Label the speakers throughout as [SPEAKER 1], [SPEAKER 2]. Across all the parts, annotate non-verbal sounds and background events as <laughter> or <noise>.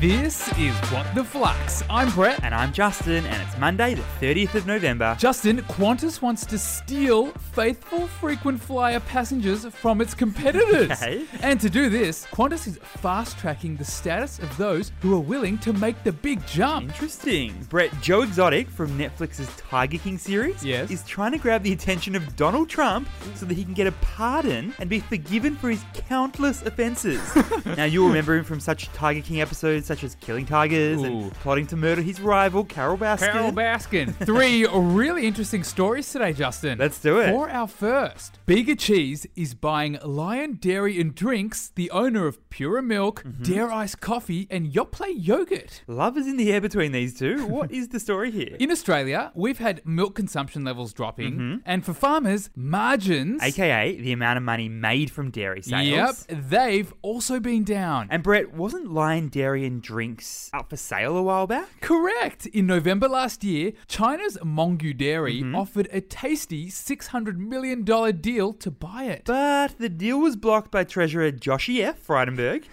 [SPEAKER 1] This is What the Flux. I'm Brett.
[SPEAKER 2] And I'm Justin, and it's Monday, the 30th of November.
[SPEAKER 1] Justin, Qantas wants to steal faithful frequent flyer passengers from its competitors.
[SPEAKER 2] <laughs> Okay.
[SPEAKER 1] And to do this, Qantas is fast tracking the status of those who are willing to make the big jump.
[SPEAKER 2] Interesting. Brett, Joe Exotic from Netflix's Tiger King series
[SPEAKER 1] Yes.
[SPEAKER 2] is trying to grab the attention of Donald Trump so that he can get a pardon and be forgiven for his
[SPEAKER 1] <laughs>
[SPEAKER 2] countless offences. now, you'll remember him from such Tiger King episodes such as killing tigers
[SPEAKER 1] Ooh.
[SPEAKER 2] and plotting to murder his rival, Carol Baskin.
[SPEAKER 1] Carol Baskin.
[SPEAKER 2] <laughs>
[SPEAKER 1] Three really interesting stories today, Justin.
[SPEAKER 2] Let's do it.
[SPEAKER 1] For our first, Bega Cheese is buying Lion Dairy and Drinks, the owner of Pura Milk,
[SPEAKER 2] Mm-hmm.
[SPEAKER 1] Dare Ice Coffee, and Yoplait Yogurt.
[SPEAKER 2] Love is in the air between these
[SPEAKER 1] <laughs>
[SPEAKER 2] two. What is the story here?
[SPEAKER 1] In Australia, we've had milk consumption levels dropping,
[SPEAKER 2] Mm-hmm.
[SPEAKER 1] and for farmers, margins.
[SPEAKER 2] AKA the amount of money made from dairy sales.
[SPEAKER 1] Yep, they've also been down.
[SPEAKER 2] And Brett, wasn't Lion Dairy and Drinks up for sale a while back?
[SPEAKER 1] Correct! In November last year, China's Mongu Dairy
[SPEAKER 2] Mm-hmm.
[SPEAKER 1] offered a tasty $600 million deal to buy it.
[SPEAKER 2] But the deal was blocked by Treasurer Joshi F. Frydenberg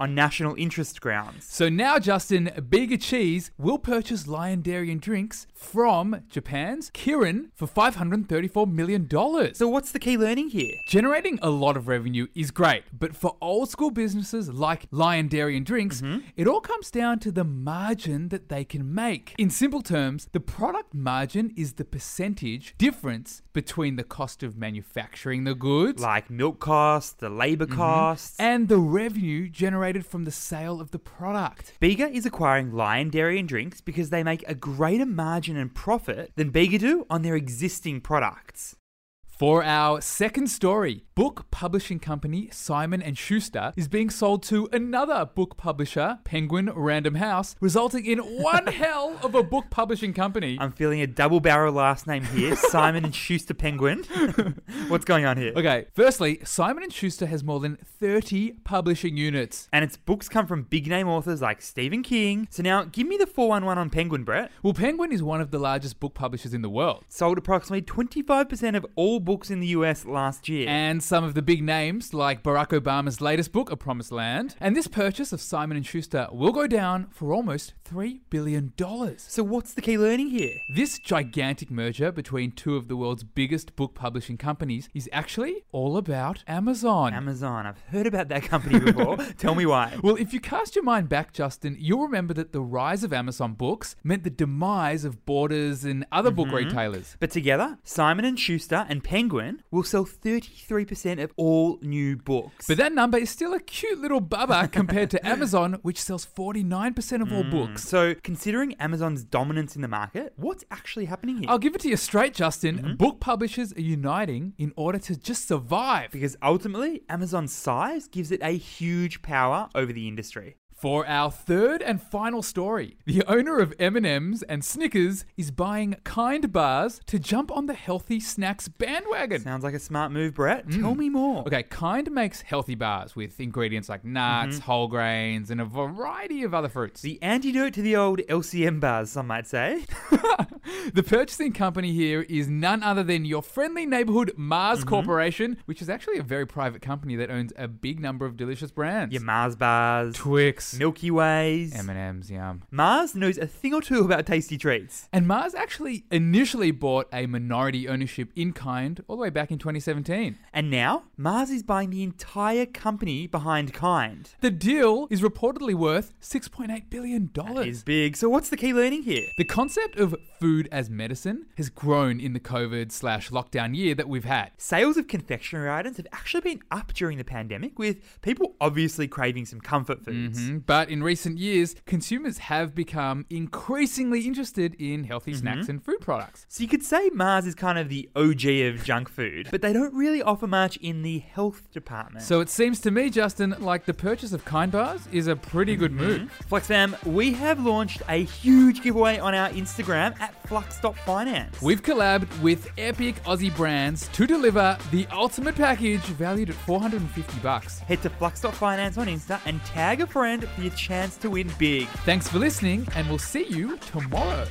[SPEAKER 2] on national interest grounds.
[SPEAKER 1] So now, Justin, Bega Cheese will purchase Lion Dairy and Drinks from Japan's Kirin for $534 million.
[SPEAKER 2] So, what's the key learning here?
[SPEAKER 1] Generating a lot of revenue is great, but for old school businesses like Lion Dairy and Drinks, it all comes down to the margin that they can make. In simple terms, the product margin is the percentage difference between the cost of manufacturing the goods
[SPEAKER 2] Like milk costs, the labour costs.
[SPEAKER 1] and the revenue generated from the sale of the product.
[SPEAKER 2] Bega is acquiring Lion Dairy and Drinks because they make a greater margin and profit than Bega do on their existing products.
[SPEAKER 1] For our second story, book publishing company Simon and Schuster is being sold to another book publisher, Penguin Random House, resulting in one hell of a book publishing company.
[SPEAKER 2] I'm feeling a double barrel last name here Simon and Schuster Penguin. <laughs> what's going on here?
[SPEAKER 1] Okay, firstly, Simon and Schuster has more than 30 publishing units.
[SPEAKER 2] And its books come from big name authors like Stephen King. So now give me the 411 on Penguin, Brett.
[SPEAKER 1] Well, Penguin is one of the largest book publishers in the world.
[SPEAKER 2] Sold approximately 25% of all books in the US last year.
[SPEAKER 1] And some of the big names like Barack Obama's latest book, A Promised Land, and this purchase of Simon and Schuster will go down for almost 3 billion dollars.
[SPEAKER 2] so what's the key learning here?
[SPEAKER 1] This gigantic merger between two of the world's biggest book publishing companies is actually all about Amazon.
[SPEAKER 2] Amazon. I've heard about that company
[SPEAKER 1] <laughs>
[SPEAKER 2] before. Tell me why.
[SPEAKER 1] well, if you cast your mind back, Justin, you'll remember that the rise of Amazon books meant the demise of Borders and other book retailers.
[SPEAKER 2] But together, Simon and Schuster and Penguin will sell 33% of all new books.
[SPEAKER 1] But that number is still a cute little bubba compared to Amazon, which sells 49% of all books.
[SPEAKER 2] so, considering Amazon's dominance in the market, what's actually happening here?
[SPEAKER 1] I'll give it to you straight, Justin. Book publishers are uniting in order to just survive.
[SPEAKER 2] because ultimately, Amazon's size gives it a huge power over the industry.
[SPEAKER 1] For our third and final story, the owner of M&M's and Snickers is buying Kind Bars to jump on the healthy snacks bandwagon.
[SPEAKER 2] Sounds like a smart move, Brett. Tell me more.
[SPEAKER 1] Mm. Okay, Kind makes healthy bars with ingredients like nuts, whole grains, and a variety of other fruits.
[SPEAKER 2] The antidote to the old LCM bars, some
[SPEAKER 1] <laughs>
[SPEAKER 2] might say.
[SPEAKER 1] The purchasing company here is none other than your friendly neighborhood Mars Corporation, which is actually a very private company that owns a big number of delicious brands.
[SPEAKER 2] Your Mars bars,
[SPEAKER 1] Twix,
[SPEAKER 2] Milky Ways.
[SPEAKER 1] M&M's, yum.
[SPEAKER 2] Mars knows a thing or two about tasty treats.
[SPEAKER 1] And Mars actually initially bought a minority ownership in kind all the way back in 2017.
[SPEAKER 2] And now, Mars is buying the entire company behind Kind.
[SPEAKER 1] The deal is reportedly worth $6.8 billion.
[SPEAKER 2] Is big. So, what's the key learning here?
[SPEAKER 1] The concept of food as medicine has grown in the COVID slash lockdown year that we've had.
[SPEAKER 2] Sales of confectionery items have actually been up during the pandemic, with people obviously craving some comfort foods.
[SPEAKER 1] Mm, But in recent years, consumers have become increasingly interested in healthy snacks and food products.
[SPEAKER 2] So, you could say Mars is kind of the OG of junk food, but they don't really offer much in the health department.
[SPEAKER 1] So it seems to me, Justin, like the purchase of Kind Bars is a pretty good move.
[SPEAKER 2] Flux fam, we have launched a huge giveaway on our Instagram at flux.finance.
[SPEAKER 1] We've collabed with epic Aussie brands to deliver the ultimate package valued at 450 bucks.
[SPEAKER 2] Head to flux.finance on Insta and tag a friend for your chance to win big.
[SPEAKER 1] Thanks for listening, and we'll see you tomorrow.